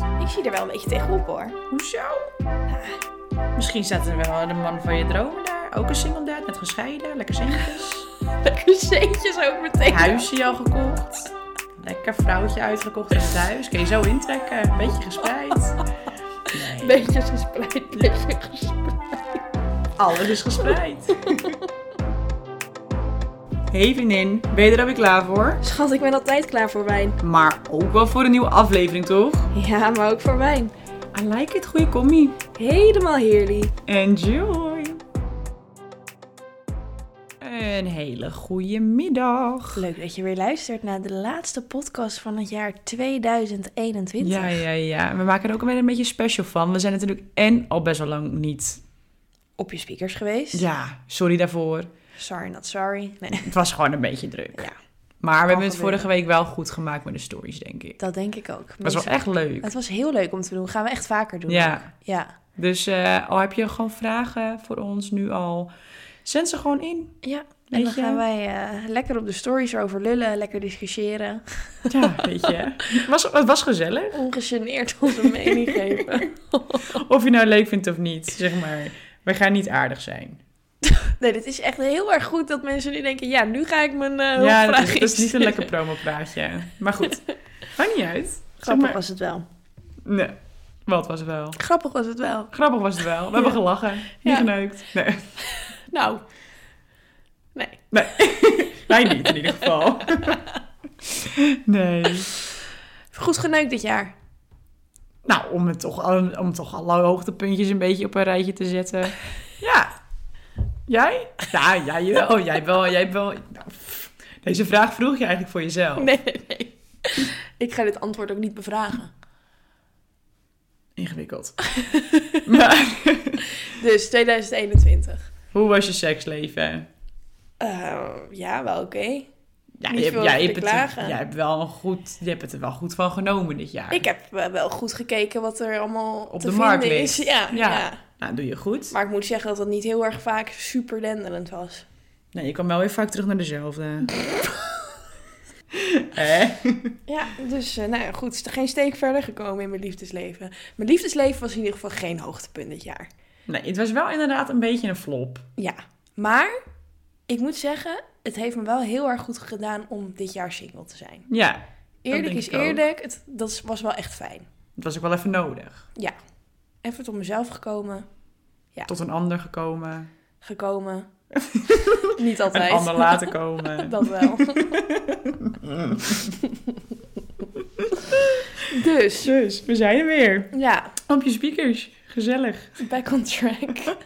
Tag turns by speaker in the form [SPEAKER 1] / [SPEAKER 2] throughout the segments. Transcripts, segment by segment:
[SPEAKER 1] je er wel een beetje tegenop hoor.
[SPEAKER 2] Hoezo? Misschien staat er wel de man van je dromen daar. Ook een single dad, net gescheiden. Lekker centjes.
[SPEAKER 1] Lekker zeetjes ook meteen.
[SPEAKER 2] Huisje al gekocht. Lekker vrouwtje uitgekocht in het huis. Kun je zo intrekken. Een beetje gespreid. Nee,
[SPEAKER 1] Beetjes gespreid, beetje gespreid.
[SPEAKER 2] alles is gespreid. Hey vriendin, ben je er alweer klaar voor?
[SPEAKER 1] Schat, ik ben altijd klaar voor wijn.
[SPEAKER 2] Maar ook wel voor een nieuwe aflevering, toch?
[SPEAKER 1] Ja, maar ook voor wijn.
[SPEAKER 2] I like it, goede commie.
[SPEAKER 1] Helemaal heerlijk.
[SPEAKER 2] Enjoy! Een hele goede middag.
[SPEAKER 1] Leuk dat je weer luistert naar de laatste podcast van het jaar 2021.
[SPEAKER 2] Ja, ja, ja. We maken er ook weer een beetje special van. We zijn natuurlijk en al best wel lang niet.
[SPEAKER 1] Op je speakers geweest.
[SPEAKER 2] Ja, sorry daarvoor.
[SPEAKER 1] Sorry, not sorry. Nee.
[SPEAKER 2] Het was gewoon een beetje druk.
[SPEAKER 1] Ja,
[SPEAKER 2] Maar we hebben het
[SPEAKER 1] gebeuren.
[SPEAKER 2] vorige week wel goed gemaakt met de stories, denk ik.
[SPEAKER 1] dat denk ik ook.
[SPEAKER 2] Dat was wel echt leuk.
[SPEAKER 1] Het was heel leuk om te doen. Gaan we echt vaker doen.
[SPEAKER 2] Ja.
[SPEAKER 1] Ja.
[SPEAKER 2] Dus eh, al heb je gewoon vragen voor ons nu al, zend ze gewoon in.
[SPEAKER 1] ja. En
[SPEAKER 2] Weet
[SPEAKER 1] dan
[SPEAKER 2] je?
[SPEAKER 1] gaan wij eh, lekker op de stories erover lullen, lekker discussiëren.
[SPEAKER 2] Ja, weet je. Het was, het was gezellig.
[SPEAKER 1] Ongegeneerd onze mening geven.
[SPEAKER 2] Of je nou leuk vindt of niet, zeg maar. We gaan niet aardig zijn.
[SPEAKER 1] Nee, dit is echt heel erg goed dat mensen nu denken, ja, nu ga ik mijn eh
[SPEAKER 2] ja, dat
[SPEAKER 1] hulpvraag
[SPEAKER 2] Oh, is, dat is niet een
[SPEAKER 1] insturen.
[SPEAKER 2] lekker promopraatje. Maar goed, maakt niet uit. Zeg
[SPEAKER 1] Grappig
[SPEAKER 2] maar,
[SPEAKER 1] was het wel.
[SPEAKER 2] nee, wat was het wel?
[SPEAKER 1] Grappig was het wel.
[SPEAKER 2] Grappig was het wel. We hebben gelachen, niet
[SPEAKER 1] Ja.
[SPEAKER 2] geneukt. Nee,
[SPEAKER 1] Nou. Nee.
[SPEAKER 2] wij niet in ieder geval. nee.
[SPEAKER 1] Goed geneukt dit jaar.
[SPEAKER 2] Nou, om, het toch, al- om toch alle hoogtepuntjes een beetje op een rijtje te zetten. Ja. Jij? Ja, jij wel.
[SPEAKER 1] Oh,
[SPEAKER 2] Jij wel, jij wel. Nou, pff. deze vraag vroeg je eigenlijk voor jezelf.
[SPEAKER 1] Nee, nee, nee. Ik ga dit antwoord ook niet bevragen.
[SPEAKER 2] Ingewikkeld. maar,
[SPEAKER 1] Dus 2021.
[SPEAKER 2] hoe was je seksleven?
[SPEAKER 1] Eh, ja, wel oké.
[SPEAKER 2] Ja,
[SPEAKER 1] Niet
[SPEAKER 2] je, hebt-
[SPEAKER 1] veel
[SPEAKER 2] jij
[SPEAKER 1] over
[SPEAKER 2] hebt
[SPEAKER 1] te
[SPEAKER 2] het, er-
[SPEAKER 1] klagen.
[SPEAKER 2] jij hebt wel een goed, je hebt het er wel goed van genomen dit jaar.
[SPEAKER 1] Ik heb eh, wel goed gekeken wat er allemaal
[SPEAKER 2] Op
[SPEAKER 1] te
[SPEAKER 2] de
[SPEAKER 1] vinden
[SPEAKER 2] markt
[SPEAKER 1] is.
[SPEAKER 2] ligt.
[SPEAKER 1] Ja,
[SPEAKER 2] Ja.
[SPEAKER 1] ja.
[SPEAKER 2] Nou, doe je goed.
[SPEAKER 1] Maar ik moet zeggen dat dat niet heel erg vaak super denderend was.
[SPEAKER 2] Nee, je kan wel weer vaak terug naar dezelfde. Hè?
[SPEAKER 1] Ja, dus eh, nou ja, goed. is er Geen steek verder gekomen in mijn liefdesleven. Mijn liefdesleven was in ieder geval geen hoogtepunt dit jaar.
[SPEAKER 2] Nee, het was wel inderdaad een beetje een flop.
[SPEAKER 1] Ja, maar ik moet zeggen, het heeft me wel heel erg goed gedaan om dit jaar single te zijn.
[SPEAKER 2] Ja,
[SPEAKER 1] Eerlijk
[SPEAKER 2] denk
[SPEAKER 1] is
[SPEAKER 2] ik ook.
[SPEAKER 1] eerlijk, het, dat is- was wel echt fijn.
[SPEAKER 2] het was ook wel even nodig.
[SPEAKER 1] Ja, even tot mezelf gekomen.
[SPEAKER 2] Tot een ander gekomen,
[SPEAKER 1] Gekomen. Niet
[SPEAKER 2] een
[SPEAKER 1] altijd.
[SPEAKER 2] ander laten komen.
[SPEAKER 1] Dat wel. dus,
[SPEAKER 2] Dus, we zijn er weer.
[SPEAKER 1] ja,
[SPEAKER 2] Op je speakers. Gezellig.
[SPEAKER 1] back on track.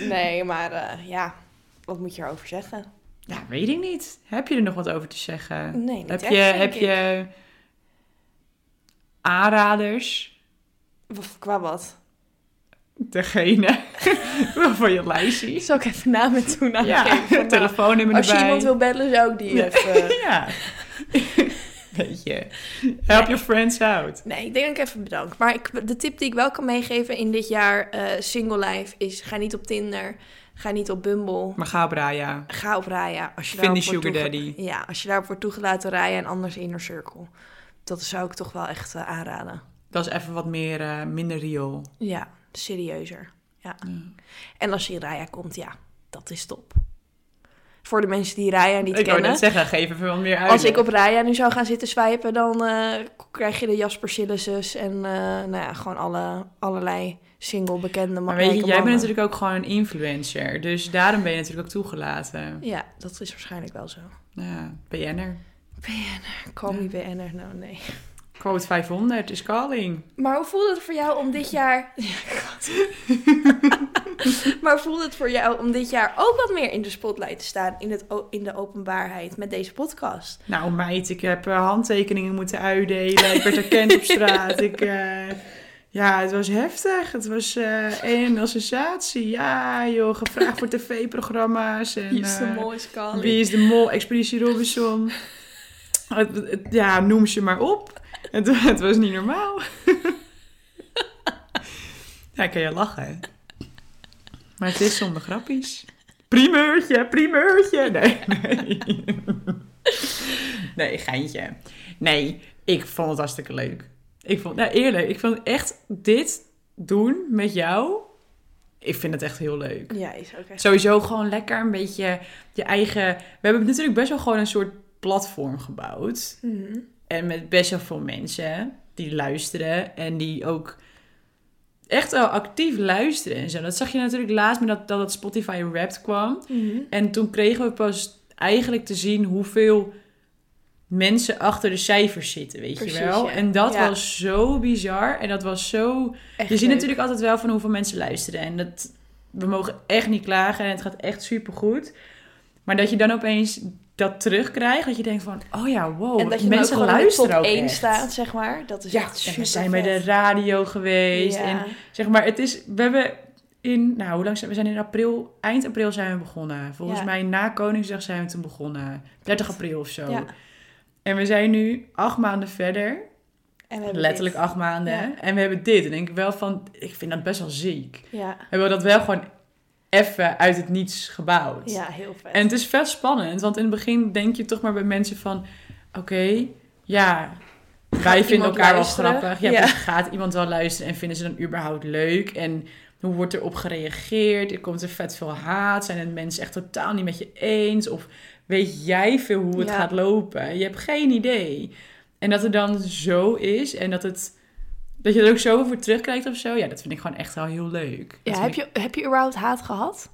[SPEAKER 1] nee, maar eh, ja, wat moet je erover zeggen?
[SPEAKER 2] Ja, weet ik niet. Heb je er nog wat over te zeggen?
[SPEAKER 1] Nee, niet
[SPEAKER 2] heb
[SPEAKER 1] echt,
[SPEAKER 2] je,
[SPEAKER 1] denk
[SPEAKER 2] heb
[SPEAKER 1] ik.
[SPEAKER 2] je aanraders?
[SPEAKER 1] Of Qua wat?
[SPEAKER 2] Degene waarvan je lijst ziet.
[SPEAKER 1] Zal ik even naam en toenaam
[SPEAKER 2] Ja,
[SPEAKER 1] geven? Nou,
[SPEAKER 2] telefoonnummer
[SPEAKER 1] Als je
[SPEAKER 2] erbij.
[SPEAKER 1] iemand wil bellen, zou ik die
[SPEAKER 2] Ja.
[SPEAKER 1] even...
[SPEAKER 2] Ja. eh, Weet je. Help your friends out.
[SPEAKER 1] Nee, ik denk dat ik even bedank. Maar ik, de tip die ik wel kan meegeven in dit jaar eh, single life is... ga niet op Tinder, ga niet op Bumble,
[SPEAKER 2] Maar ga op Raya.
[SPEAKER 1] ga op Raya. Als je
[SPEAKER 2] Vind die
[SPEAKER 1] daarop wordt
[SPEAKER 2] sugar
[SPEAKER 1] toege-
[SPEAKER 2] daddy.
[SPEAKER 1] Ja, als je daarop wordt toegelaten, Raya en anders Inner Circle. Dat zou ik toch wel echt eh, aanraden.
[SPEAKER 2] Dat is even wat meer, eh, minder riool.
[SPEAKER 1] Ja, serieuzer. Ja.
[SPEAKER 2] Ja.
[SPEAKER 1] En als je in Raya komt, ja, dat is top. Voor de mensen die Raya niet
[SPEAKER 2] ik wou
[SPEAKER 1] kennen...
[SPEAKER 2] net zeggen, geef even wat meer uit.
[SPEAKER 1] Als ik op Raya nu zou gaan zitten swipen, dan eh, krijg je de Jasper Sillises en eh, nou ja, gewoon alle, allerlei single bekende
[SPEAKER 2] Maar
[SPEAKER 1] maar
[SPEAKER 2] weet je, jij bent natuurlijk ook gewoon een influencer. Dus daarom ben je natuurlijk ook toegelaten.
[SPEAKER 1] Ja, dat is waarschijnlijk wel zo.
[SPEAKER 2] Ja, BN'er.
[SPEAKER 1] BN'er, call me BN'er, nou nee.
[SPEAKER 2] Quote 500 is calling.
[SPEAKER 1] Maar hoe voelde het voor jou om dit jaar... Ja, God. maar hoe voelde het voor jou om dit jaar ook wat meer in de spotlight te staan, in, het, o- in de openbaarheid, met deze podcast?
[SPEAKER 2] Nou meid, ik heb eh, handtekeningen moeten uitdelen. Ik werd herkend op straat. Ik, eh, ja, het was heftig. Het was eh een sensatie. Ja joh, gevraagd voor tv-programma's. En, eh,
[SPEAKER 1] mooiste
[SPEAKER 2] Wie is de mol? Expeditie Robinson. Het- het- ja, noem ze maar op. Het, het was niet normaal. ja, kan je lachen. Maar het is zonder grappies. Primeurtje, primeurtje. Nee, nee. Nee, geintje. Nee, Ik vond het hartstikke leuk. Ik vond, nou eerlijk, ik vond echt dit doen met jou. Ik vind het echt heel leuk.
[SPEAKER 1] Ja, is ook echt.
[SPEAKER 2] Sowieso gewoon lekker een beetje je eigen. We hebben natuurlijk best wel gewoon een soort platform gebouwd.
[SPEAKER 1] Mhm.
[SPEAKER 2] En met best wel veel mensen die luisteren en die ook echt wel actief luisteren en zo. Dat zag je natuurlijk laatst met dat, dat het Spotify Wrapped kwam.
[SPEAKER 1] Mhm.
[SPEAKER 2] En toen kregen we pas eigenlijk te zien hoeveel mensen achter de cijfers zitten, weet
[SPEAKER 1] Precies,
[SPEAKER 2] je wel.
[SPEAKER 1] ja.
[SPEAKER 2] En dat
[SPEAKER 1] Ja.
[SPEAKER 2] was zo bizar en dat was zo...
[SPEAKER 1] Echt
[SPEAKER 2] je ziet
[SPEAKER 1] leuk.
[SPEAKER 2] natuurlijk altijd wel van hoeveel mensen luisteren en dat... We mogen echt niet klagen en het gaat echt supergoed. Maar dat je dan opeens dat terugkrijgt, dat je denkt van... Oh ja, wow,
[SPEAKER 1] en dat je
[SPEAKER 2] mensen
[SPEAKER 1] mensen dan ook gewoon
[SPEAKER 2] luisteren
[SPEAKER 1] in de top
[SPEAKER 2] ook
[SPEAKER 1] 1
[SPEAKER 2] echt.
[SPEAKER 1] staat, zeg maar. Dat is
[SPEAKER 2] Ja,
[SPEAKER 1] echt super.
[SPEAKER 2] en we zijn bij de radio geweest. En zeg maar, het is, we hebben in, nou, hoe lang zijn we? zijn in april, eind april zijn we begonnen. Volgens
[SPEAKER 1] Ja.
[SPEAKER 2] mij na Koningsdag zijn we toen begonnen. 30 april of zo.
[SPEAKER 1] Ja.
[SPEAKER 2] En we zijn nu acht maanden verder.
[SPEAKER 1] en we hebben
[SPEAKER 2] Letterlijk
[SPEAKER 1] dit.
[SPEAKER 2] acht maanden.
[SPEAKER 1] Ja.
[SPEAKER 2] En we hebben dit. En denk ik wel van, ik vind dat best wel ziek.
[SPEAKER 1] Ja.
[SPEAKER 2] We hebben dat wel gewoon even uit het niets gebouwd.
[SPEAKER 1] ja, heel vet.
[SPEAKER 2] En het is vet spannend, want in het begin denk je toch maar bij mensen van... Oké, ja, wij vinden
[SPEAKER 1] iemand
[SPEAKER 2] elkaar
[SPEAKER 1] luisteren?
[SPEAKER 2] wel grappig. Ja,
[SPEAKER 1] Ja.
[SPEAKER 2] precies, gaat iemand wel luisteren en vinden ze dan überhaupt leuk? En hoe wordt erop gereageerd? Er komt er vet veel haat. Zijn het mensen echt totaal niet met je eens? Of weet jij veel hoe het
[SPEAKER 1] Ja.
[SPEAKER 2] gaat lopen? Je hebt geen idee. En dat het dan zo is en dat het... Dat je er ook zo voor terugkrijgt of zo. Ja, dat vind ik gewoon echt wel heel leuk. Dat
[SPEAKER 1] ja,
[SPEAKER 2] vind
[SPEAKER 1] heb,
[SPEAKER 2] ik-
[SPEAKER 1] je, heb je überhaupt haat gehad?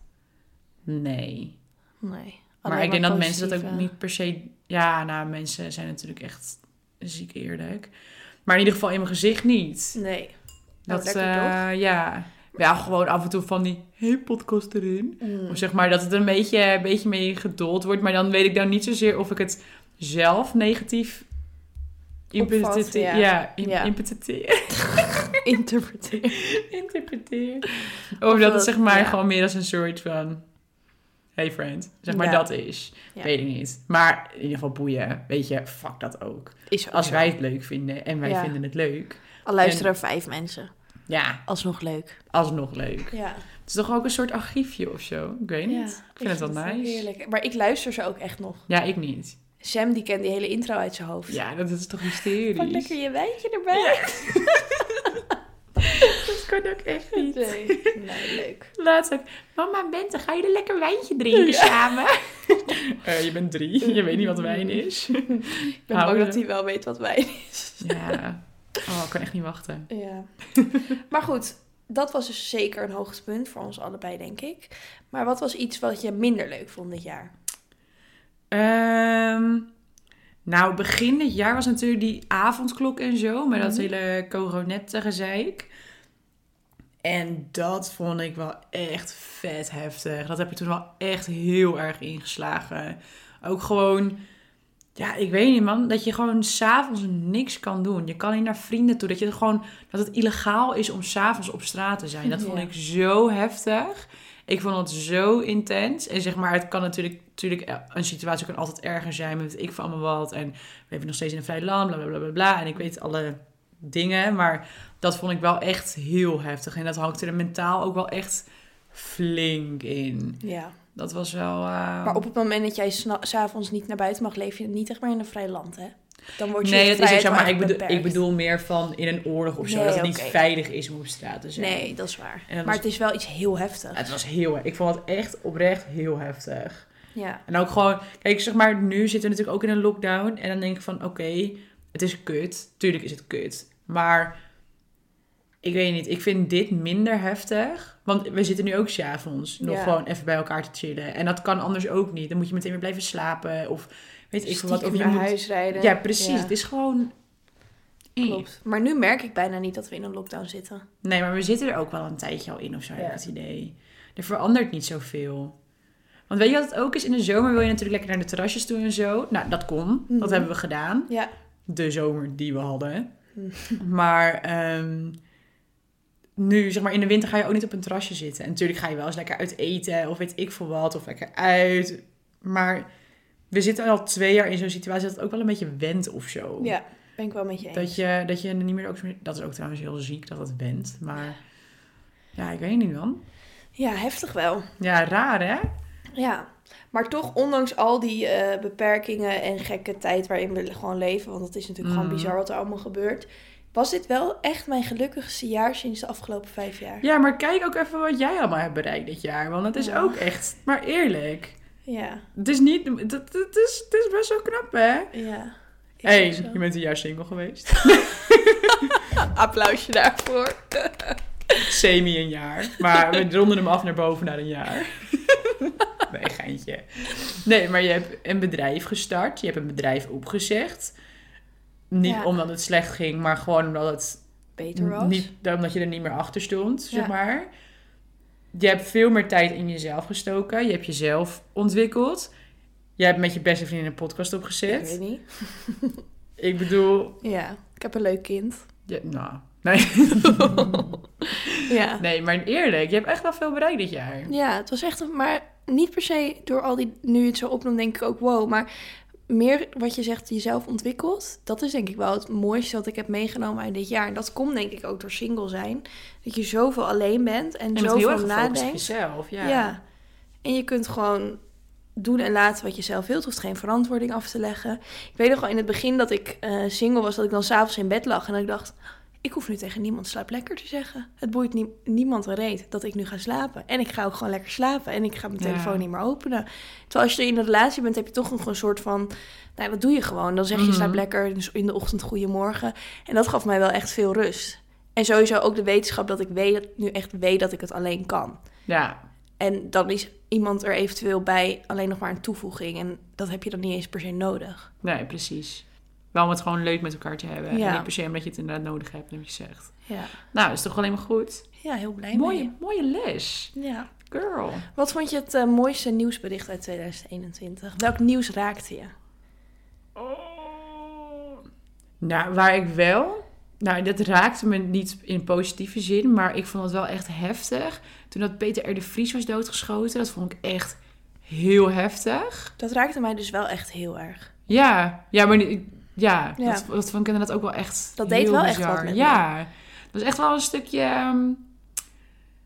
[SPEAKER 2] Nee.
[SPEAKER 1] Nee.
[SPEAKER 2] Maar ik denk dat mensen dat ook niet per se. Ja, nou, mensen zijn natuurlijk echt ziek eerlijk. Maar in ieder geval in mijn gezicht niet.
[SPEAKER 1] Nee. Oh,
[SPEAKER 2] Dat,
[SPEAKER 1] Nou, lekker
[SPEAKER 2] eh, ja. Ja, gewoon af en toe van die hey, podcast erin.
[SPEAKER 1] Mm.
[SPEAKER 2] Of zeg maar dat het een beetje, een beetje mee gedold wordt. Maar dan weet ik dan niet zozeer of ik het zelf negatief.
[SPEAKER 1] Opvat,
[SPEAKER 2] interpreteer.
[SPEAKER 1] ja.
[SPEAKER 2] ja, in-
[SPEAKER 1] Ja.
[SPEAKER 2] interpreteer.
[SPEAKER 1] Interpreteren.
[SPEAKER 2] interpreteer. Of,
[SPEAKER 1] Of
[SPEAKER 2] dat het
[SPEAKER 1] dat-
[SPEAKER 2] zeg maar
[SPEAKER 1] ja.
[SPEAKER 2] gewoon meer als een soort van. Hey friend, zeg maar
[SPEAKER 1] Ja.
[SPEAKER 2] dat is.
[SPEAKER 1] Ja.
[SPEAKER 2] Weet ik niet. Maar in ieder geval boeien. Weet je, fuck dat ook.
[SPEAKER 1] Is ook
[SPEAKER 2] Als
[SPEAKER 1] zo.
[SPEAKER 2] wij het leuk vinden en wij
[SPEAKER 1] Ja.
[SPEAKER 2] vinden het leuk.
[SPEAKER 1] Al luisteren er vijf mensen.
[SPEAKER 2] Ja,
[SPEAKER 1] Alsnog leuk.
[SPEAKER 2] alsnog leuk.
[SPEAKER 1] Ja.
[SPEAKER 2] Het is toch ook een soort archiefje of zo? Ik weet niet. ik vind het wel nice.
[SPEAKER 1] Heerlijk. Maar ik luister ze ook echt nog.
[SPEAKER 2] Ja, ik niet.
[SPEAKER 1] Sam die kent die hele intro uit zijn hoofd.
[SPEAKER 2] Ja, dat is toch
[SPEAKER 1] Pak
[SPEAKER 2] hysterisch.
[SPEAKER 1] lekker je wijntje erbij.
[SPEAKER 2] Dat kan ook echt niet.
[SPEAKER 1] Nee. nee, leuk.
[SPEAKER 2] Laatst ook. Mama Bente, ga je een lekker wijntje drinken samen? Eh, je bent drie. Je weet niet wat wijn is.
[SPEAKER 1] Ik ben
[SPEAKER 2] Houden.
[SPEAKER 1] bang dat hij wel weet wat wij
[SPEAKER 2] ja. Oh, ik kan echt niet wachten.
[SPEAKER 1] Ja. maar goed, dat was dus zeker een hoogtepunt voor ons allebei, denk ik. Maar wat was iets wat je minder leuk vond dit jaar?
[SPEAKER 2] Ehm, nou, begin dit jaar was natuurlijk die avondklok en zo. Met dat hele coronette gezeik. En dat vond ik wel echt vet heftig. Dat heb ik toen wel echt heel erg ingeslagen. Ook gewoon... Ja, ik weet niet man. Dat je gewoon s'avonds niks kan doen. Je kan niet naar vrienden toe. Dat, je gewoon, dat het illegaal is om s'avonds op straat te zijn. Dat vond
[SPEAKER 1] Ja.
[SPEAKER 2] ik zo heftig. Ik vond het zo intens. En zeg maar, het kan natuurlijk, natuurlijk el- een situatie kan altijd erger zijn met ik van me wat. En we leven nog steeds in een vrij land, bla bla bla bla bla. En ik weet alle dingen. Maar dat vond ik wel echt heel heftig. En dat hakte er mentaal ook wel echt flink in.
[SPEAKER 1] Ja.
[SPEAKER 2] Dat was wel... eh,
[SPEAKER 1] Maar op het moment dat jij sna- s'avonds niet naar buiten mag, leef je niet echt meer in een vrij land, hè? Dan word je
[SPEAKER 2] Nee,
[SPEAKER 1] je
[SPEAKER 2] dat is ook
[SPEAKER 1] vrijheid
[SPEAKER 2] zo.
[SPEAKER 1] wel
[SPEAKER 2] Maar
[SPEAKER 1] echt
[SPEAKER 2] ik bedoel, ik
[SPEAKER 1] beperkt.
[SPEAKER 2] bedoel meer van in een oorlog of zo.
[SPEAKER 1] Nee,
[SPEAKER 2] dat het niet
[SPEAKER 1] oké.
[SPEAKER 2] veilig is om op straat te zijn.
[SPEAKER 1] Nee, dat is waar.
[SPEAKER 2] En dus, dat
[SPEAKER 1] maar het
[SPEAKER 2] was-
[SPEAKER 1] is wel iets heel heftig.
[SPEAKER 2] Het was heel... Ik vond het echt oprecht heel heftig.
[SPEAKER 1] Ja.
[SPEAKER 2] En ook gewoon, kijk, zeg maar, nu zitten we natuurlijk ook in een lockdown. En dan denk ik van, oké, het is kut. Tuurlijk is het kut. Maar ik weet niet, ik vind dit minder heftig. Want we zitten nu ook s'avonds nog
[SPEAKER 1] Ja.
[SPEAKER 2] gewoon even bij elkaar te chillen. En dat kan anders ook niet. Dan moet je meteen weer blijven slapen. Of weet ik veel wat.
[SPEAKER 1] Dus
[SPEAKER 2] Of
[SPEAKER 1] Stiekem
[SPEAKER 2] je
[SPEAKER 1] naar
[SPEAKER 2] moet...
[SPEAKER 1] huis rijden.
[SPEAKER 2] Ja, precies.
[SPEAKER 1] Ja,
[SPEAKER 2] Het is gewoon... eng.
[SPEAKER 1] Klopt. Maar nu merk ik bijna niet dat we in een lockdown zitten.
[SPEAKER 2] Nee, maar we zitten er ook wel een tijdje al in of zo, heb ik
[SPEAKER 1] Ja.
[SPEAKER 2] het idee. Er verandert niet zoveel. Want weet je wat het ook is? In de zomer wil je natuurlijk lekker naar de terrasjes toe en zo. Nou, dat kon.
[SPEAKER 1] Mhm.
[SPEAKER 2] Dat hebben we gedaan.
[SPEAKER 1] Ja.
[SPEAKER 2] De zomer die we hadden.
[SPEAKER 1] Mhm.
[SPEAKER 2] Maar ehm, nu, zeg maar, in de winter ga je ook niet op een terrasje zitten. En natuurlijk ga je wel eens lekker uit eten of weet ik veel wat. Of lekker uit. Maar we zitten al twee jaar in zo'n situatie dat het ook wel een beetje went of zo.
[SPEAKER 1] Ja, ben ik wel met je eens.
[SPEAKER 2] Dat je, dat je er niet meer ook... zo meer- Dat is ook trouwens heel ziek dat dat bent. Maar ja, ik weet niet man.
[SPEAKER 1] Ja, heftig wel.
[SPEAKER 2] Ja, raar hè?
[SPEAKER 1] Ja. Maar toch, ondanks al die eh, beperkingen en gekke tijd waarin we gewoon leven, want het is natuurlijk
[SPEAKER 2] Mm.
[SPEAKER 1] gewoon bizar wat er allemaal gebeurt, was dit wel echt mijn gelukkigste jaar sinds de afgelopen vijf jaar.
[SPEAKER 2] Ja, maar kijk ook even wat jij allemaal hebt bereikt dit jaar. Want het is
[SPEAKER 1] Ja.
[SPEAKER 2] ook echt, maar eerlijk.
[SPEAKER 1] Ja,
[SPEAKER 2] Het is niet, het, het- het is, het is best wel knap, hè?
[SPEAKER 1] ja. Is ook
[SPEAKER 2] Eén,
[SPEAKER 1] zo.
[SPEAKER 2] je bent een jaar single geweest.
[SPEAKER 1] Applausje daarvoor.
[SPEAKER 2] Semi een jaar. Maar we ronden hem af naar boven naar een jaar. Nee, geintje. Nee, maar je hebt een bedrijf gestart. Je hebt een bedrijf opgezegd. Niet
[SPEAKER 1] Ja.
[SPEAKER 2] omdat het slecht ging, maar gewoon omdat het
[SPEAKER 1] Beter was.
[SPEAKER 2] Niet, omdat je er niet meer achter stond, zeg
[SPEAKER 1] Ja.
[SPEAKER 2] maar. Je hebt veel meer tijd in jezelf gestoken. Je hebt jezelf ontwikkeld. Je hebt met je beste vriendin een podcast
[SPEAKER 1] Ik weet
[SPEAKER 2] opgezet.
[SPEAKER 1] niet.
[SPEAKER 2] Ik bedoel...
[SPEAKER 1] Ja, ik heb een leuk kind.
[SPEAKER 2] je- nou, nee.
[SPEAKER 1] Ja.
[SPEAKER 2] nee, maar eerlijk. Je hebt echt wel veel bereikt dit jaar.
[SPEAKER 1] Ja, het was echt... een- Maar niet per se door al die... Nu je het zo opnoemt, denk ik ook wow. Maar meer wat je zegt, jezelf ontwikkelt. Dat is denk ik wel het mooiste wat ik heb meegenomen uit dit jaar. En dat komt denk ik ook door single zijn. Dat je zoveel alleen bent en,
[SPEAKER 2] En dat heel
[SPEAKER 1] zoveel
[SPEAKER 2] erg gefocust op
[SPEAKER 1] nadenkt.
[SPEAKER 2] jezelf. Ja.
[SPEAKER 1] Ja. En je kunt gewoon doen en laten wat je zelf wilt. Je hoeft geen verantwoording af te leggen. Ik weet nog wel in het begin dat ik eh, single was, dat ik dan s'avonds in bed lag. En dat ik dacht, ik hoef nu tegen niemand slaap lekker te zeggen. Het boeit nie- niemand een reet dat ik nu ga slapen. En ik ga ook gewoon lekker slapen. En ik ga mijn
[SPEAKER 2] Ja.
[SPEAKER 1] telefoon niet meer openen. Terwijl als je in een relatie bent, heb je toch nog een soort van... Nou, dat doe je gewoon. Dan zeg je
[SPEAKER 2] Mhm.
[SPEAKER 1] slaap lekker dus in de ochtend goedemorgen. En dat gaf mij wel echt veel rust. En sowieso ook de wetenschap dat ik weet, nu echt weet dat ik het alleen kan.
[SPEAKER 2] Ja.
[SPEAKER 1] En dan is iemand er eventueel bij alleen nog maar een toevoeging. En dat heb je dan niet eens per se nodig.
[SPEAKER 2] Nee, precies. Wel om het gewoon leuk met elkaar te hebben.
[SPEAKER 1] Ja.
[SPEAKER 2] En niet per se omdat je het inderdaad nodig hebt, heb je gezegd.
[SPEAKER 1] Ja,
[SPEAKER 2] Nou, is toch alleen maar goed.
[SPEAKER 1] ja heel blij
[SPEAKER 2] Mooie, mooie les.
[SPEAKER 1] mee. Ja.
[SPEAKER 2] Girl.
[SPEAKER 1] Wat vond je het eh, mooiste nieuwsbericht uit 2021? Welk nieuws raakte je?
[SPEAKER 2] Oh. Nou, waar ik wel... Nou, dat raakte me niet in positieve zin, maar ik vond het wel echt heftig. Toen dat Peter R. de Vries was doodgeschoten, dat vond ik echt heel heftig.
[SPEAKER 1] Dat raakte mij dus wel echt heel erg.
[SPEAKER 2] Ja, ja maar niet- ja,
[SPEAKER 1] Ja.
[SPEAKER 2] Dat, dat vond ik inderdaad ook wel echt
[SPEAKER 1] Dat deed
[SPEAKER 2] heel
[SPEAKER 1] wel echt
[SPEAKER 2] bizar.
[SPEAKER 1] wat met me.
[SPEAKER 2] Ja, dat is echt wel een stukje ehm,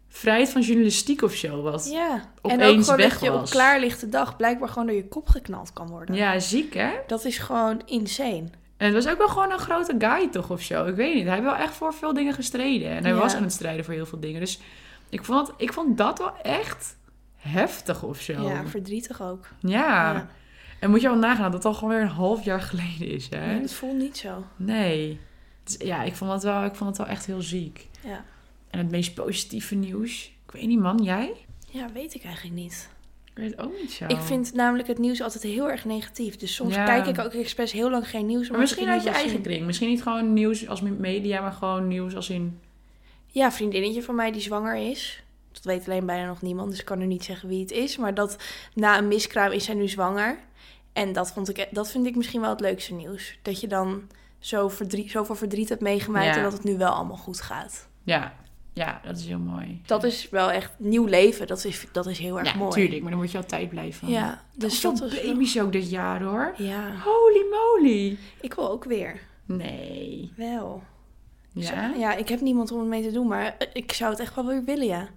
[SPEAKER 2] vrijheid van journalistiek of zo. Wat.
[SPEAKER 1] Ja. en ook
[SPEAKER 2] Opeens
[SPEAKER 1] gewoon
[SPEAKER 2] weg
[SPEAKER 1] dat je op
[SPEAKER 2] was.
[SPEAKER 1] klaarlichte dag blijkbaar gewoon door je kop geknald kan worden.
[SPEAKER 2] ja, ziek hè?
[SPEAKER 1] Dat is gewoon insane.
[SPEAKER 2] En het was ook wel gewoon een grote guy toch of zo. Ik weet niet. Hij heeft wel echt voor veel dingen gestreden. En hij
[SPEAKER 1] Ja.
[SPEAKER 2] was aan het strijden voor heel veel dingen. Dus ik vond, ik vond dat wel echt heftig of zo. Ja.
[SPEAKER 1] Ja, verdrietig ook. Ja.
[SPEAKER 2] En moet je wel nagaan dat dat al gewoon weer een half jaar geleden is, hè?
[SPEAKER 1] Nee, dat voelt niet zo.
[SPEAKER 2] Nee. Dus ja, ik vond, dat wel, ik vond het wel echt heel ziek.
[SPEAKER 1] Ja.
[SPEAKER 2] En het meest positieve nieuws... Ik weet niet, man. Jij?
[SPEAKER 1] Ja, weet ik eigenlijk niet.
[SPEAKER 2] Ik weet het ook niet zo.
[SPEAKER 1] Ik vind namelijk het nieuws altijd heel erg negatief. Dus soms
[SPEAKER 2] Ja.
[SPEAKER 1] kijk ik ook expres heel lang geen nieuws.
[SPEAKER 2] Maar
[SPEAKER 1] omdat ik
[SPEAKER 2] misschien
[SPEAKER 1] het
[SPEAKER 2] uit
[SPEAKER 1] niet wil
[SPEAKER 2] je eigen
[SPEAKER 1] zien.
[SPEAKER 2] kring. Misschien niet gewoon nieuws als media, maar gewoon nieuws als in...
[SPEAKER 1] Ja, vriendinnetje van mij die zwanger is. Dat weet alleen bijna nog niemand, dus ik kan nu niet zeggen wie het is. Maar dat na een miskraam is zij nu zwanger. En dat, vond ik, e- dat vind ik misschien wel het leukste nieuws. Dat je dan zo verdriet, zoveel verdriet hebt meegemaakt
[SPEAKER 2] Ja.
[SPEAKER 1] en dat het nu wel allemaal goed gaat.
[SPEAKER 2] Ja, ja dat is heel mooi.
[SPEAKER 1] Dat is wel echt nieuw leven. Dat is, dat is heel erg
[SPEAKER 2] ja,
[SPEAKER 1] mooi.
[SPEAKER 2] tuurlijk, maar dan word je altijd Oh, blij van.
[SPEAKER 1] Ja, dus
[SPEAKER 2] Hoeveel
[SPEAKER 1] dat was wel-
[SPEAKER 2] baby's ook dit jaar hoor.
[SPEAKER 1] Ja,
[SPEAKER 2] Holy moly.
[SPEAKER 1] ik wil ook weer.
[SPEAKER 2] Nee.
[SPEAKER 1] Wel.
[SPEAKER 2] Ja?
[SPEAKER 1] Ja, ik heb niemand om het mee te doen, maar eh, ik zou het echt wel weer willen, ja.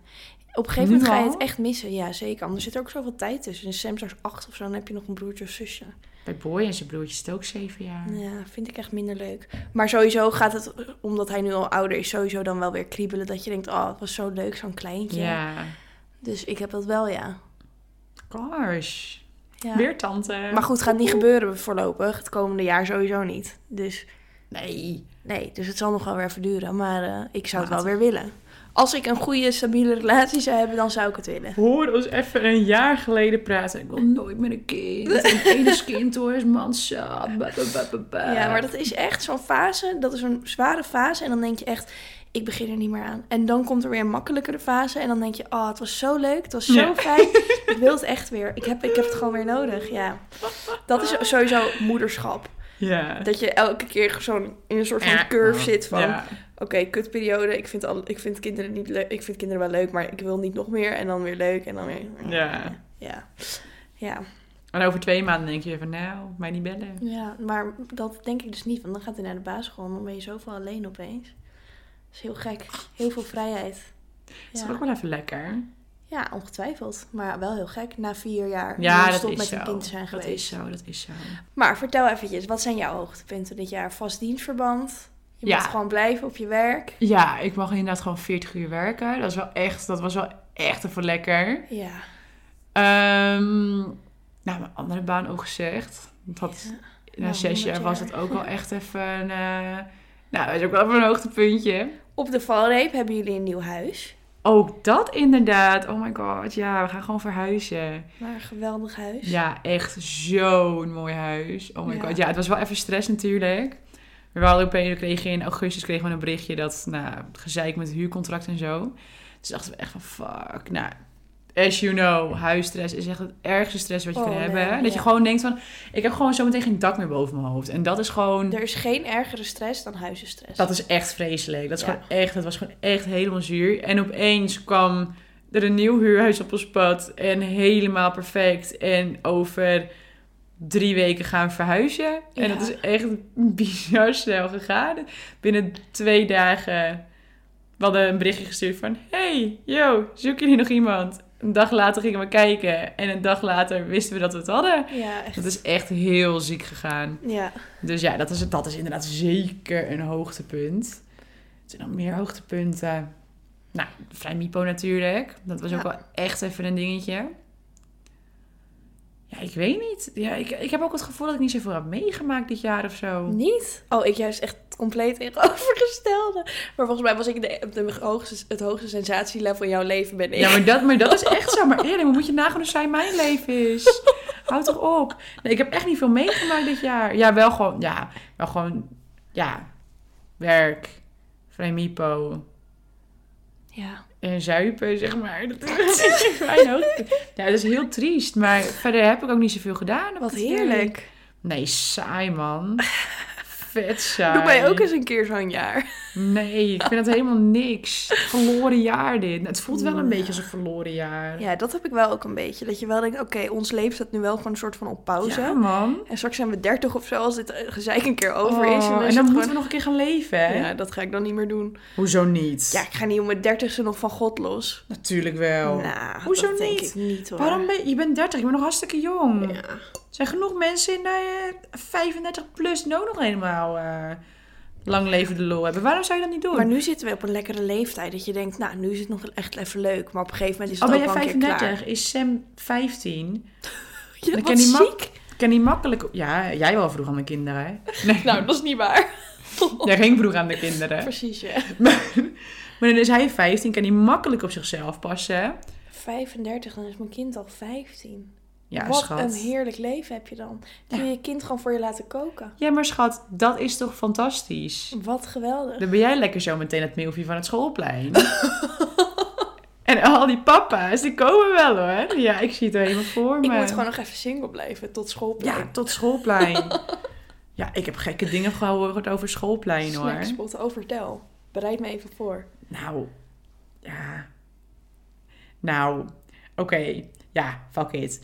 [SPEAKER 1] Op een gegeven moment
[SPEAKER 2] Nu
[SPEAKER 1] ga je
[SPEAKER 2] al?
[SPEAKER 1] het echt missen, ja, zeker. Anders zit er ook zoveel tijd tussen. In Sam straks acht of zo, dan heb je nog een broertje of zusje.
[SPEAKER 2] Bij Boy en zijn broertje is het ook zeven jaar.
[SPEAKER 1] Ja, vind ik echt minder leuk. Maar sowieso gaat het, eh, omdat hij nu al ouder is, sowieso dan wel weer kriebelen. Dat je denkt, oh, het was zo leuk, zo'n kleintje.
[SPEAKER 2] Ja.
[SPEAKER 1] Dus ik heb dat wel, ja.
[SPEAKER 2] Gosh.
[SPEAKER 1] ja.
[SPEAKER 2] Weer tante.
[SPEAKER 1] Maar goed, het gaat niet gebeuren voorlopig. Het komende jaar sowieso niet. Dus
[SPEAKER 2] Nee.
[SPEAKER 1] nee, dus het zal nog wel weer even duren. Maar eh, ik zou het wel
[SPEAKER 2] Laat.
[SPEAKER 1] weer willen. Als ik een goede, stabiele relatie zou hebben, dan zou ik het willen.
[SPEAKER 2] Hoor ons even een jaar geleden praten. Ik wil nooit meer een kind. Een eneskind hoor is mansa.
[SPEAKER 1] Ja,
[SPEAKER 2] Eh,
[SPEAKER 1] maar dat is echt zo'n fase. Dat is een zware fase. En dan denk je echt, ik begin er niet meer aan. En dan komt er weer een makkelijkere fase. En dan denk je, oh, het was zo leuk. Het was zo
[SPEAKER 2] Ja.
[SPEAKER 1] fijn. Ik wil het echt weer. Ik heb, ik heb het gewoon weer nodig. Ja. Dat is sowieso moederschap.
[SPEAKER 2] Ja.
[SPEAKER 1] Dat je elke keer zo'n in een soort van curve zit van...
[SPEAKER 2] Ja.
[SPEAKER 1] Oké, kutperiode. Ik vind, al, ik vind kinderen niet leuk. Ik vind kinderen wel leuk, maar ik wil niet nog meer. En dan weer leuk. En dan weer...
[SPEAKER 2] Ja.
[SPEAKER 1] Ja. Ja.
[SPEAKER 2] En over twee maanden denk je van nou, mij niet bellen.
[SPEAKER 1] Ja, maar dat denk ik dus niet, want dan gaat hij naar de basisschool en dan ben je zoveel alleen opeens. Dat is heel gek. Heel veel vrijheid.
[SPEAKER 2] Dat is
[SPEAKER 1] Ja,
[SPEAKER 2] ook wel even lekker.
[SPEAKER 1] Ja, ongetwijfeld. Maar wel heel gek. Na vier jaar
[SPEAKER 2] Ja, dat
[SPEAKER 1] stop
[SPEAKER 2] is
[SPEAKER 1] met
[SPEAKER 2] zo.
[SPEAKER 1] een kind te zijn
[SPEAKER 2] Dat
[SPEAKER 1] geweest.
[SPEAKER 2] is zo, dat is zo.
[SPEAKER 1] Maar vertel eventjes, wat zijn jouw hoogtepunten dit jaar? Vast dienstverband. Je
[SPEAKER 2] Ja.
[SPEAKER 1] moet gewoon blijven op je werk.
[SPEAKER 2] Ja, ik mag inderdaad gewoon 40 uur werken. Dat, is wel echt, dat was wel echt even lekker.
[SPEAKER 1] Ja.
[SPEAKER 2] Ehm nou, mijn andere baan ook gezegd. Dat had,
[SPEAKER 1] Ja.
[SPEAKER 2] na
[SPEAKER 1] Nou,
[SPEAKER 2] zes jaar
[SPEAKER 1] 100
[SPEAKER 2] was
[SPEAKER 1] jaar.
[SPEAKER 2] dat ook wel echt even... een, eh, nou, dat is ook wel even een hoogtepuntje.
[SPEAKER 1] Op de valreep hebben jullie een nieuw huis.
[SPEAKER 2] Ook dat inderdaad. Oh my god, ja, we gaan gewoon verhuizen.
[SPEAKER 1] Maar een geweldig huis.
[SPEAKER 2] Ja, echt zo'n mooi huis. Oh my
[SPEAKER 1] Ja.
[SPEAKER 2] god. Ja, het was wel even stress natuurlijk. We hadden opeens, we kregen in augustus kregen we een berichtje dat, nou, gezeik met het huurcontract en zo. Dus dachten we echt van, fuck, nou, as you know, huisstress is echt het ergste stress wat je
[SPEAKER 1] Oh,
[SPEAKER 2] kan
[SPEAKER 1] nee,
[SPEAKER 2] hebben. hè? Dat je
[SPEAKER 1] ja.
[SPEAKER 2] gewoon denkt van, ik heb gewoon zometeen geen dak meer boven mijn hoofd. En dat is gewoon,
[SPEAKER 1] Er is geen ergere stress dan huizenstress.
[SPEAKER 2] dat is echt vreselijk. Dat, is
[SPEAKER 1] Ja.
[SPEAKER 2] gewoon echt, dat was gewoon echt helemaal zuur. En opeens kwam er een nieuw huurhuis op ons pad. En helemaal perfect. En over drie weken gaan we verhuizen.
[SPEAKER 1] Ja.
[SPEAKER 2] En dat is echt bizar snel gegaan. Binnen twee dagen we hadden een berichtje gestuurd van... Hey, yo, zoeken jullie nog iemand? Een dag later gingen we kijken. En een dag later wisten we dat we het hadden.
[SPEAKER 1] Ja, echt.
[SPEAKER 2] Dat is echt heel ziek gegaan.
[SPEAKER 1] Ja.
[SPEAKER 2] Dus ja, dat is, dat is inderdaad zeker een hoogtepunt. Er zijn nog meer hoogtepunten. Nou, Vrij Mipo natuurlijk. Dat was ook
[SPEAKER 1] Ja.
[SPEAKER 2] wel echt even een dingetje. Ja, ik weet niet. Ja, ik, ik heb ook het gevoel dat ik niet zoveel heb meegemaakt dit jaar of zo.
[SPEAKER 1] Niet? Oh, ik juist echt compleet tegenovergestelde. Maar volgens mij was ik de, op de hoogste, het hoogste sensatielevel in jouw leven ben ik.
[SPEAKER 2] Ja, maar dat, maar dat is echt zo. Maar eerlijk, hoe moet je nagaan hoe saai mijn leven is? Houd toch op. Nee, ik heb echt niet veel meegemaakt dit jaar. Ja, wel gewoon, ja, wel gewoon, ja, werk, Vrij Mipo,
[SPEAKER 1] Ja.
[SPEAKER 2] en eh, zuipen, zeg maar. Dat is mijn hoogte. Ja, dat is heel triest. Maar verder heb ik ook niet zoveel gedaan. op
[SPEAKER 1] Wat
[SPEAKER 2] het
[SPEAKER 1] heerlijk.
[SPEAKER 2] Nee, saai, man. Vet saai.
[SPEAKER 1] Doe mij ook eens een keer zo'n jaar.
[SPEAKER 2] Nee, ik vind dat helemaal niks. Verloren jaar dit. Het voelt wel een beetje als een verloren jaar.
[SPEAKER 1] Ja, dat heb ik wel ook een beetje. Dat je wel denkt, oké, ons leven staat nu wel gewoon een soort van op pauze.
[SPEAKER 2] Ja, man.
[SPEAKER 1] En straks zijn we dertig of zo, als dit eh, gezeik een keer over is.
[SPEAKER 2] Oh,
[SPEAKER 1] En dan,
[SPEAKER 2] en dan moeten we nog een keer gaan leven, hè?
[SPEAKER 1] Ja, dat ga ik dan niet meer doen.
[SPEAKER 2] Hoezo niet?
[SPEAKER 1] Ja, ik ga niet om mijn dertigste nog van God los.
[SPEAKER 2] Natuurlijk wel.
[SPEAKER 1] Nou,
[SPEAKER 2] Hoezo
[SPEAKER 1] dat denk
[SPEAKER 2] niet?
[SPEAKER 1] ik niet hoor.
[SPEAKER 2] Waarom ben je... Je bent 30, je bent nog hartstikke jong.
[SPEAKER 1] Ja.
[SPEAKER 2] Er zijn genoeg mensen in de 35 plus die ook nog helemaal eh, lang leven de lol hebben. Waarom zou je dat niet doen?
[SPEAKER 1] Maar nu zitten we op een lekkere leeftijd. Dat je denkt, nou, nu is het nog echt even leuk. Maar op een gegeven moment is
[SPEAKER 2] Al
[SPEAKER 1] het
[SPEAKER 2] Oh, ben
[SPEAKER 1] ook
[SPEAKER 2] je
[SPEAKER 1] wel een keer klaar.
[SPEAKER 2] 35, is Sam 15.
[SPEAKER 1] Ja,
[SPEAKER 2] Dan
[SPEAKER 1] wat
[SPEAKER 2] kan die man-
[SPEAKER 1] ziek.
[SPEAKER 2] Ik ken die makkelijk... Ja, jij wel vroeg aan de kinderen, hè? Nee,
[SPEAKER 1] Nou, dat is niet waar.
[SPEAKER 2] jij ging vroeg aan de kinderen.
[SPEAKER 1] Precies, ja.
[SPEAKER 2] Maar dan is hij 15, kan hij makkelijk op zichzelf passen.
[SPEAKER 1] 35, dan is mijn kind al 15.
[SPEAKER 2] Ja,
[SPEAKER 1] wat
[SPEAKER 2] schat.
[SPEAKER 1] een heerlijk leven heb je dan. Kun je je kind gewoon voor je laten koken.
[SPEAKER 2] Ja, maar schat, dat is toch fantastisch?
[SPEAKER 1] Wat geweldig.
[SPEAKER 2] Dan ben jij lekker zo meteen het milfje van het schoolplein. en al die papa's, die komen wel, hoor. Ja, ik zie het er helemaal voor me.
[SPEAKER 1] Ik moet gewoon nog even single blijven tot school.
[SPEAKER 2] Ja, tot schoolplein. ja, ik heb gekke dingen gehoord over schoolplein, hoor.
[SPEAKER 1] Snackspot, oh vertel. Bereid me even voor.
[SPEAKER 2] Nou, ja. Nou, oké. Ja, fuck it.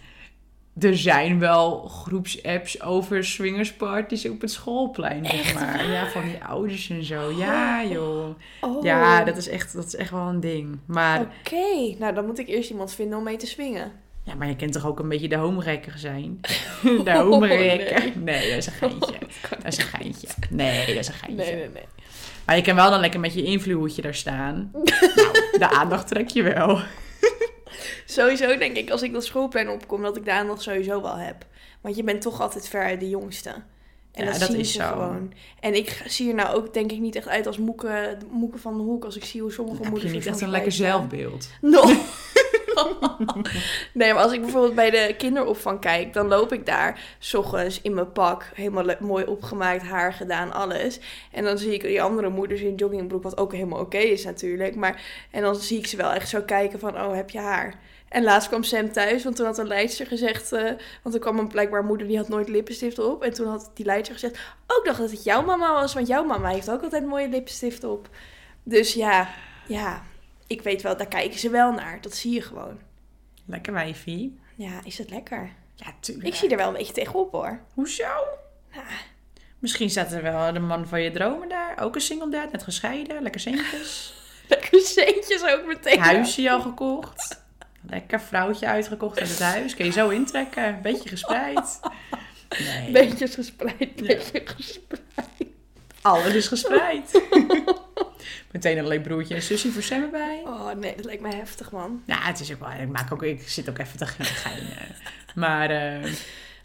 [SPEAKER 2] Er zijn wel groepsapps over swingersparties op het schoolplein, zeg maar. Ja, van die ouders en zo. Ja, joh.
[SPEAKER 1] Oh,
[SPEAKER 2] Ja, dat is, echt, dat is echt wel een ding. Maar,
[SPEAKER 1] Oké, nou dan moet ik eerst iemand vinden om mee te swingen.
[SPEAKER 2] ja, maar je kent toch ook een beetje de homerekker zijn?
[SPEAKER 1] Oh,
[SPEAKER 2] De homerekker. nee. dat is een geintje. Dat is een geintje. Nee, dat is een geintje.
[SPEAKER 1] Nee, nee, nee.
[SPEAKER 2] Maar je kan wel dan lekker met je invloedje daar staan. nou, de aandacht trek je wel.
[SPEAKER 1] Sowieso denk ik, als ik dat schoolplein opkom, dat ik de aandacht sowieso wel heb. Want je bent toch altijd ver uit de jongste. En
[SPEAKER 2] Ja,
[SPEAKER 1] dat,
[SPEAKER 2] dat
[SPEAKER 1] zien
[SPEAKER 2] is
[SPEAKER 1] ze
[SPEAKER 2] zo.
[SPEAKER 1] gewoon. En ik ga- zie er nou ook denk ik niet echt uit als moeke, moeke van de hoek. Als ik zie hoe sommige
[SPEAKER 2] Dan heb je
[SPEAKER 1] moeders...
[SPEAKER 2] niet
[SPEAKER 1] er
[SPEAKER 2] echt
[SPEAKER 1] soms
[SPEAKER 2] een lekker
[SPEAKER 1] bij staan.
[SPEAKER 2] zelfbeeld.
[SPEAKER 1] No. nee, maar als ik bijvoorbeeld bij de kinderopvang kijk, dan loop ik daar 's ochtends in mijn pak, helemaal le- mooi opgemaakt, haar gedaan, alles. En dan zie ik die andere moeders in joggingbroek, wat ook helemaal oké is natuurlijk. Maar, en dan zie ik ze wel echt zo kijken van, oh, heb je haar? En laatst kwam Sam thuis, want toen had een leidster gezegd, eh, want er kwam een blijkbaar moeder die had nooit lippenstift op. En toen had die leidster gezegd, ook dacht dat het jouw mama was, want jouw mama heeft ook altijd mooie lippenstift op. Dus ja, ja, ik weet wel, daar kijken ze wel naar. Dat zie je gewoon.
[SPEAKER 2] Lekker wijfie.
[SPEAKER 1] Ja, is dat lekker?
[SPEAKER 2] Ja, tuurlijk.
[SPEAKER 1] Ik zie er wel een beetje tegenop hoor.
[SPEAKER 2] Hoezo? Nou, Misschien staat er wel de man van je dromen daar. Ook een single dad, net gescheiden. Lekker centjes.
[SPEAKER 1] Lekker centjes ook meteen.
[SPEAKER 2] Huisje al gekocht. Lekker vrouwtje uitgekocht uit het huis. Kun je zo intrekken. Beetje gespreid. Nee.
[SPEAKER 1] Beetjes gespreid,
[SPEAKER 2] Ja.
[SPEAKER 1] beetje gespreid.
[SPEAKER 2] Alles is gespreid. Meteen alleen broertje en zusje voor Sam erbij.
[SPEAKER 1] Oh nee, dat lijkt me heftig, man.
[SPEAKER 2] Nou, het is ook wel... Ik, maak ook, ik zit ook even te geinen. Maar... eh,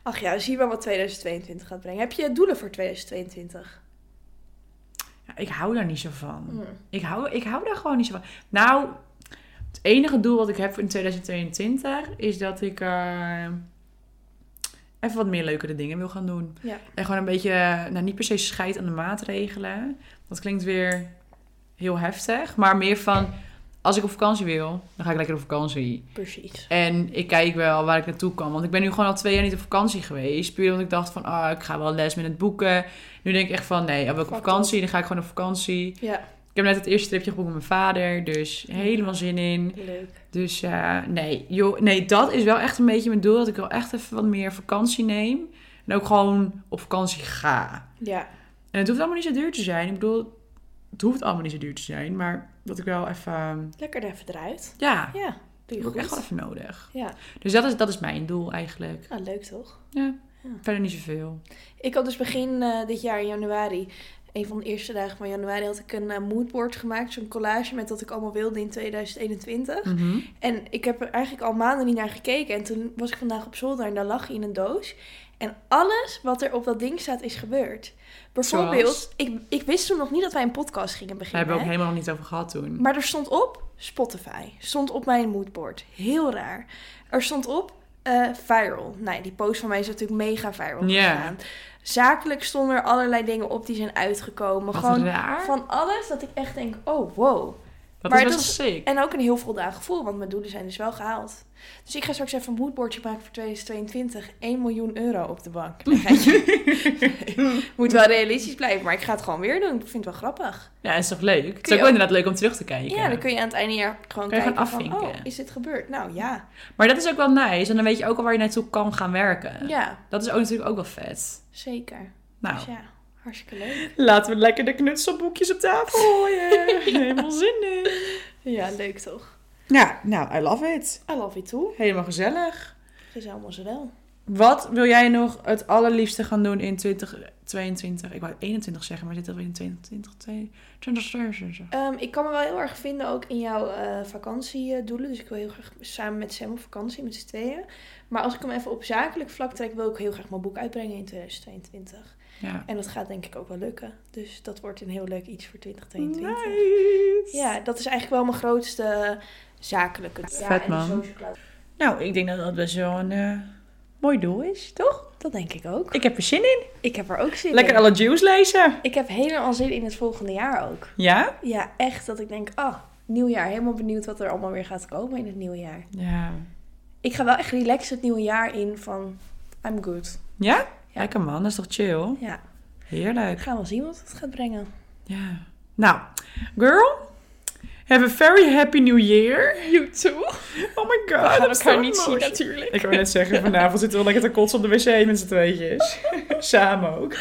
[SPEAKER 1] Ach ja, zie maar wat 2022 gaat brengen. Heb je doelen voor 2022?
[SPEAKER 2] Ja, Ik hou daar niet zo van.
[SPEAKER 1] Hm.
[SPEAKER 2] Ik, hou, ik hou daar gewoon niet zo van. Nou, het enige doel wat ik heb in 2022 is dat ik eh, even wat meer leukere dingen wil gaan doen.
[SPEAKER 1] Ja.
[SPEAKER 2] En gewoon een beetje, eh, nou niet per se scheid aan de maatregelen. Dat klinkt weer heel heftig. Maar meer van, als ik op vakantie wil, dan ga ik lekker op vakantie.
[SPEAKER 1] Precies.
[SPEAKER 2] En ik kijk wel waar ik naartoe kan. Want ik ben nu gewoon al twee jaar niet op vakantie geweest. Puur omdat ik dacht van, ah, ik ga wel les met het boeken. Nu denk ik echt van, nee, dan wil ik op
[SPEAKER 1] Fuck
[SPEAKER 2] vakantie. Dan ga ik gewoon op vakantie.
[SPEAKER 1] Ja,
[SPEAKER 2] Ik heb net het eerste tripje geboekt met mijn vader. Dus helemaal zin in.
[SPEAKER 1] leuk.
[SPEAKER 2] Dus eh, nee, joh, nee, dat is wel echt een beetje mijn doel. Dat ik wel echt even wat meer vakantie neem. En ook gewoon op vakantie ga.
[SPEAKER 1] Ja,
[SPEAKER 2] En het hoeft allemaal niet zo duur te zijn. Ik bedoel, het hoeft allemaal niet zo duur te zijn. Maar dat ik wel even... eh,
[SPEAKER 1] lekker er even eruit.
[SPEAKER 2] Ja,
[SPEAKER 1] Ja, doe
[SPEAKER 2] dat
[SPEAKER 1] je
[SPEAKER 2] heb ik echt wel
[SPEAKER 1] goed.
[SPEAKER 2] even nodig.
[SPEAKER 1] Ja,
[SPEAKER 2] Dus dat is, dat is mijn doel eigenlijk.
[SPEAKER 1] nou, leuk toch?
[SPEAKER 2] Ja,
[SPEAKER 1] Ja.
[SPEAKER 2] verder niet zoveel.
[SPEAKER 1] Ik had dus begin eh, dit jaar in januari, een van de eerste dagen van januari, had ik een eh, moodboard gemaakt. Zo'n collage met wat ik allemaal wilde in 2021.
[SPEAKER 2] Mhm.
[SPEAKER 1] En ik heb er eigenlijk al maanden niet naar gekeken. En toen was ik vandaag op zolder en daar lag hij in een doos. En alles wat er op dat ding staat is gebeurd. Bijvoorbeeld,
[SPEAKER 2] Zoals?
[SPEAKER 1] ik, ik wist toen nog niet dat wij een podcast gingen
[SPEAKER 2] Daar
[SPEAKER 1] beginnen.
[SPEAKER 2] hebben we ook
[SPEAKER 1] hè?
[SPEAKER 2] helemaal nog niet over gehad toen.
[SPEAKER 1] Maar er stond op Spotify. Stond op mijn moodboard. Heel raar. Er stond op eh, viral. Nou, ja, die post van mij is natuurlijk mega viral
[SPEAKER 2] Ja.
[SPEAKER 1] gegaan. Zakelijk stonden er allerlei dingen op die zijn uitgekomen.
[SPEAKER 2] Wat
[SPEAKER 1] Gewoon
[SPEAKER 2] raar.
[SPEAKER 1] van alles dat ik echt denk, oh wow.
[SPEAKER 2] dat
[SPEAKER 1] maar
[SPEAKER 2] is best
[SPEAKER 1] dat is-
[SPEAKER 2] wel sick.
[SPEAKER 1] En ook een heel voldaan gevoel, want mijn doelen zijn dus wel gehaald. Dus ik ga straks even een moodboardje maken voor 2022. 1 miljoen euro op de bank. Nee, geintje. Moet wel realistisch blijven, maar ik ga het gewoon weer doen. Ik vind het wel grappig.
[SPEAKER 2] Ja, is toch leuk? Het
[SPEAKER 1] Kun
[SPEAKER 2] is ook
[SPEAKER 1] je
[SPEAKER 2] wel inderdaad leuk om terug te kijken.
[SPEAKER 1] Ja, dan kun je aan het einde jaar gewoon
[SPEAKER 2] eh, Kun je
[SPEAKER 1] kijken
[SPEAKER 2] gewoon
[SPEAKER 1] van, oh,
[SPEAKER 2] afvinken.
[SPEAKER 1] is dit gebeurd? Nou ja,
[SPEAKER 2] Maar dat is ook wel nice. En dan weet je ook al waar je naartoe kan gaan werken.
[SPEAKER 1] ja,
[SPEAKER 2] Dat is ook natuurlijk ook wel vet.
[SPEAKER 1] zeker. Dus
[SPEAKER 2] Nou,
[SPEAKER 1] ja, hartstikke leuk.
[SPEAKER 2] laten we lekker de knutselboekjes op tafel gooien. helemaal zin in.
[SPEAKER 1] Ja, leuk toch?
[SPEAKER 2] Ja, nou, I love it.
[SPEAKER 1] I love you too.
[SPEAKER 2] Helemaal gezellig.
[SPEAKER 1] Gezellig wel.
[SPEAKER 2] Wat wil jij nog het allerliefste gaan doen in 2022? Ik wou 21 zeggen, maar dit alweer in 2022. 2022.
[SPEAKER 1] Ehm, ik kan me wel heel erg vinden ook in jouw eh, vakantiedoelen. Dus ik wil heel graag samen met Sam op vakantie, met z'n tweeën. Maar als ik hem even op zakelijk vlak trek, wil ik heel graag mijn boek uitbrengen in 2022.
[SPEAKER 2] Ja.
[SPEAKER 1] En dat gaat denk ik ook wel lukken. Dus dat wordt een heel leuk iets voor 2022.
[SPEAKER 2] Nice.
[SPEAKER 1] Ja, dat is eigenlijk wel mijn grootste zakelijke
[SPEAKER 2] Vet,
[SPEAKER 1] ja, en de
[SPEAKER 2] man.
[SPEAKER 1] social cloud.
[SPEAKER 2] Nou, ik denk dat dat best wel een eh, mooi doel is, toch?
[SPEAKER 1] Dat denk ik ook.
[SPEAKER 2] Ik heb er zin in.
[SPEAKER 1] Ik heb er ook zin
[SPEAKER 2] Lekker
[SPEAKER 1] in.
[SPEAKER 2] alle juice lezen.
[SPEAKER 1] Ik heb helemaal zin in het volgende jaar ook.
[SPEAKER 2] Ja?
[SPEAKER 1] Ja, echt dat ik denk, ah, nieuw jaar. Helemaal benieuwd wat er allemaal weer gaat komen in het nieuwe jaar.
[SPEAKER 2] Ja.
[SPEAKER 1] Ik ga wel echt relaxed het nieuwe jaar in van, I'm good.
[SPEAKER 2] Ja? Lekker man, dat is toch chill?
[SPEAKER 1] Ja, we
[SPEAKER 2] Heerlijk.
[SPEAKER 1] gaan wel zien wat het gaat brengen.
[SPEAKER 2] Ja. Nou, girl. Have a very happy new year.
[SPEAKER 1] You too.
[SPEAKER 2] Oh my god.
[SPEAKER 1] We gaan
[SPEAKER 2] dat is
[SPEAKER 1] elkaar
[SPEAKER 2] zo
[SPEAKER 1] niet zien
[SPEAKER 2] emotional.
[SPEAKER 1] natuurlijk.
[SPEAKER 2] Ik wou net zeggen, vanavond zitten we lekker te kotsen op de wc met z'n tweetjes. Samen ook.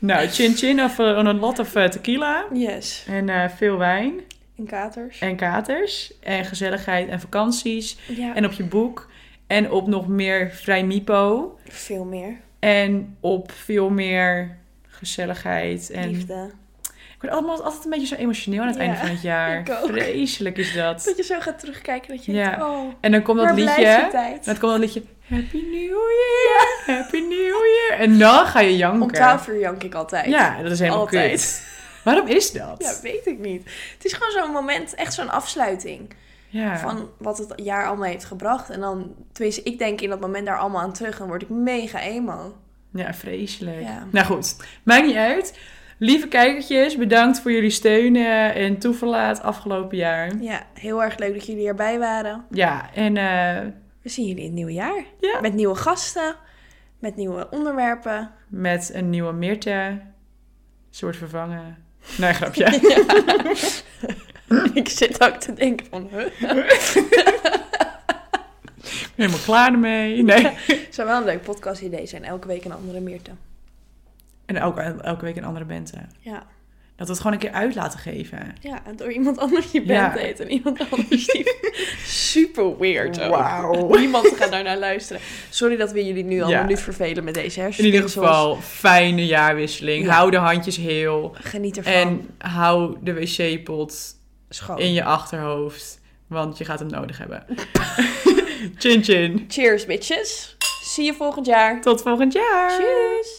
[SPEAKER 2] Nou, chin chin of eh, een lot of eh, tequila.
[SPEAKER 1] Yes.
[SPEAKER 2] En eh, veel wijn.
[SPEAKER 1] En katers.
[SPEAKER 2] En katers. En gezelligheid en vakanties.
[SPEAKER 1] Ja,
[SPEAKER 2] En op je boek. En op nog meer Vrij Mipo.
[SPEAKER 1] veel meer.
[SPEAKER 2] En op veel meer gezelligheid. En
[SPEAKER 1] Liefde.
[SPEAKER 2] Ik word allemaal altijd een beetje zo emotioneel aan het
[SPEAKER 1] Ja,
[SPEAKER 2] einde van het jaar.
[SPEAKER 1] ik ook.
[SPEAKER 2] Vreselijk is dat.
[SPEAKER 1] Dat je zo gaat terugkijken dat je
[SPEAKER 2] Ja.
[SPEAKER 1] denkt, oh,
[SPEAKER 2] En dan komt dat
[SPEAKER 1] waar blijft die
[SPEAKER 2] liedje.
[SPEAKER 1] tijd?
[SPEAKER 2] En dan komt dat liedje. Happy New Year. Happy New Year. En dan ga je janken.
[SPEAKER 1] Om 12 uur jank ik altijd.
[SPEAKER 2] Ja, dat is helemaal
[SPEAKER 1] Altijd.
[SPEAKER 2] kut. Waarom is dat?
[SPEAKER 1] Ja, weet ik niet. Het is gewoon zo'n moment, echt zo'n afsluiting.
[SPEAKER 2] Ja.
[SPEAKER 1] Van wat het jaar allemaal heeft gebracht. En dan, tenminste, ik denk in dat moment daar allemaal aan terug. En word ik mega emo.
[SPEAKER 2] Ja, vreselijk.
[SPEAKER 1] Ja.
[SPEAKER 2] Nou goed, maakt niet uit. Lieve kijkertjes, bedankt voor jullie steun eh, en toeverlaat afgelopen jaar.
[SPEAKER 1] Ja, heel erg leuk dat jullie erbij waren.
[SPEAKER 2] Ja, en eh,
[SPEAKER 1] We zien jullie in het nieuwe jaar.
[SPEAKER 2] Ja.
[SPEAKER 1] Met nieuwe gasten. Met nieuwe onderwerpen.
[SPEAKER 2] met een nieuwe Meerte. Soort vervangen. Nee, grapje.
[SPEAKER 1] ik zit ook te denken van, huh?
[SPEAKER 2] Helemaal klaar ermee. Nee.
[SPEAKER 1] Het zou wel een leuk podcast idee zijn. Elke week een andere Meerte.
[SPEAKER 2] eh, En ook el- elke week een andere bente.
[SPEAKER 1] Ja.
[SPEAKER 2] Dat we het gewoon een keer uit laten geven.
[SPEAKER 1] Ja, en door iemand anders je
[SPEAKER 2] Ja.
[SPEAKER 1] band heet en iemand anders die... Super weird ook.
[SPEAKER 2] Wauw.
[SPEAKER 1] Niemand gaat daar naar luisteren. Sorry dat we jullie nu al
[SPEAKER 2] Ja.
[SPEAKER 1] nu vervelen met deze
[SPEAKER 2] In
[SPEAKER 1] hersenen.
[SPEAKER 2] ieder geval, fijne jaarwisseling.
[SPEAKER 1] Ja.
[SPEAKER 2] Hou de handjes heel.
[SPEAKER 1] Geniet ervan.
[SPEAKER 2] En hou de wc-pot
[SPEAKER 1] Schoon.
[SPEAKER 2] in je achterhoofd. Want je gaat hem nodig hebben. chin chin.
[SPEAKER 1] Cheers, bitches. Zie je volgend jaar.
[SPEAKER 2] Tot volgend jaar.
[SPEAKER 1] Tjus.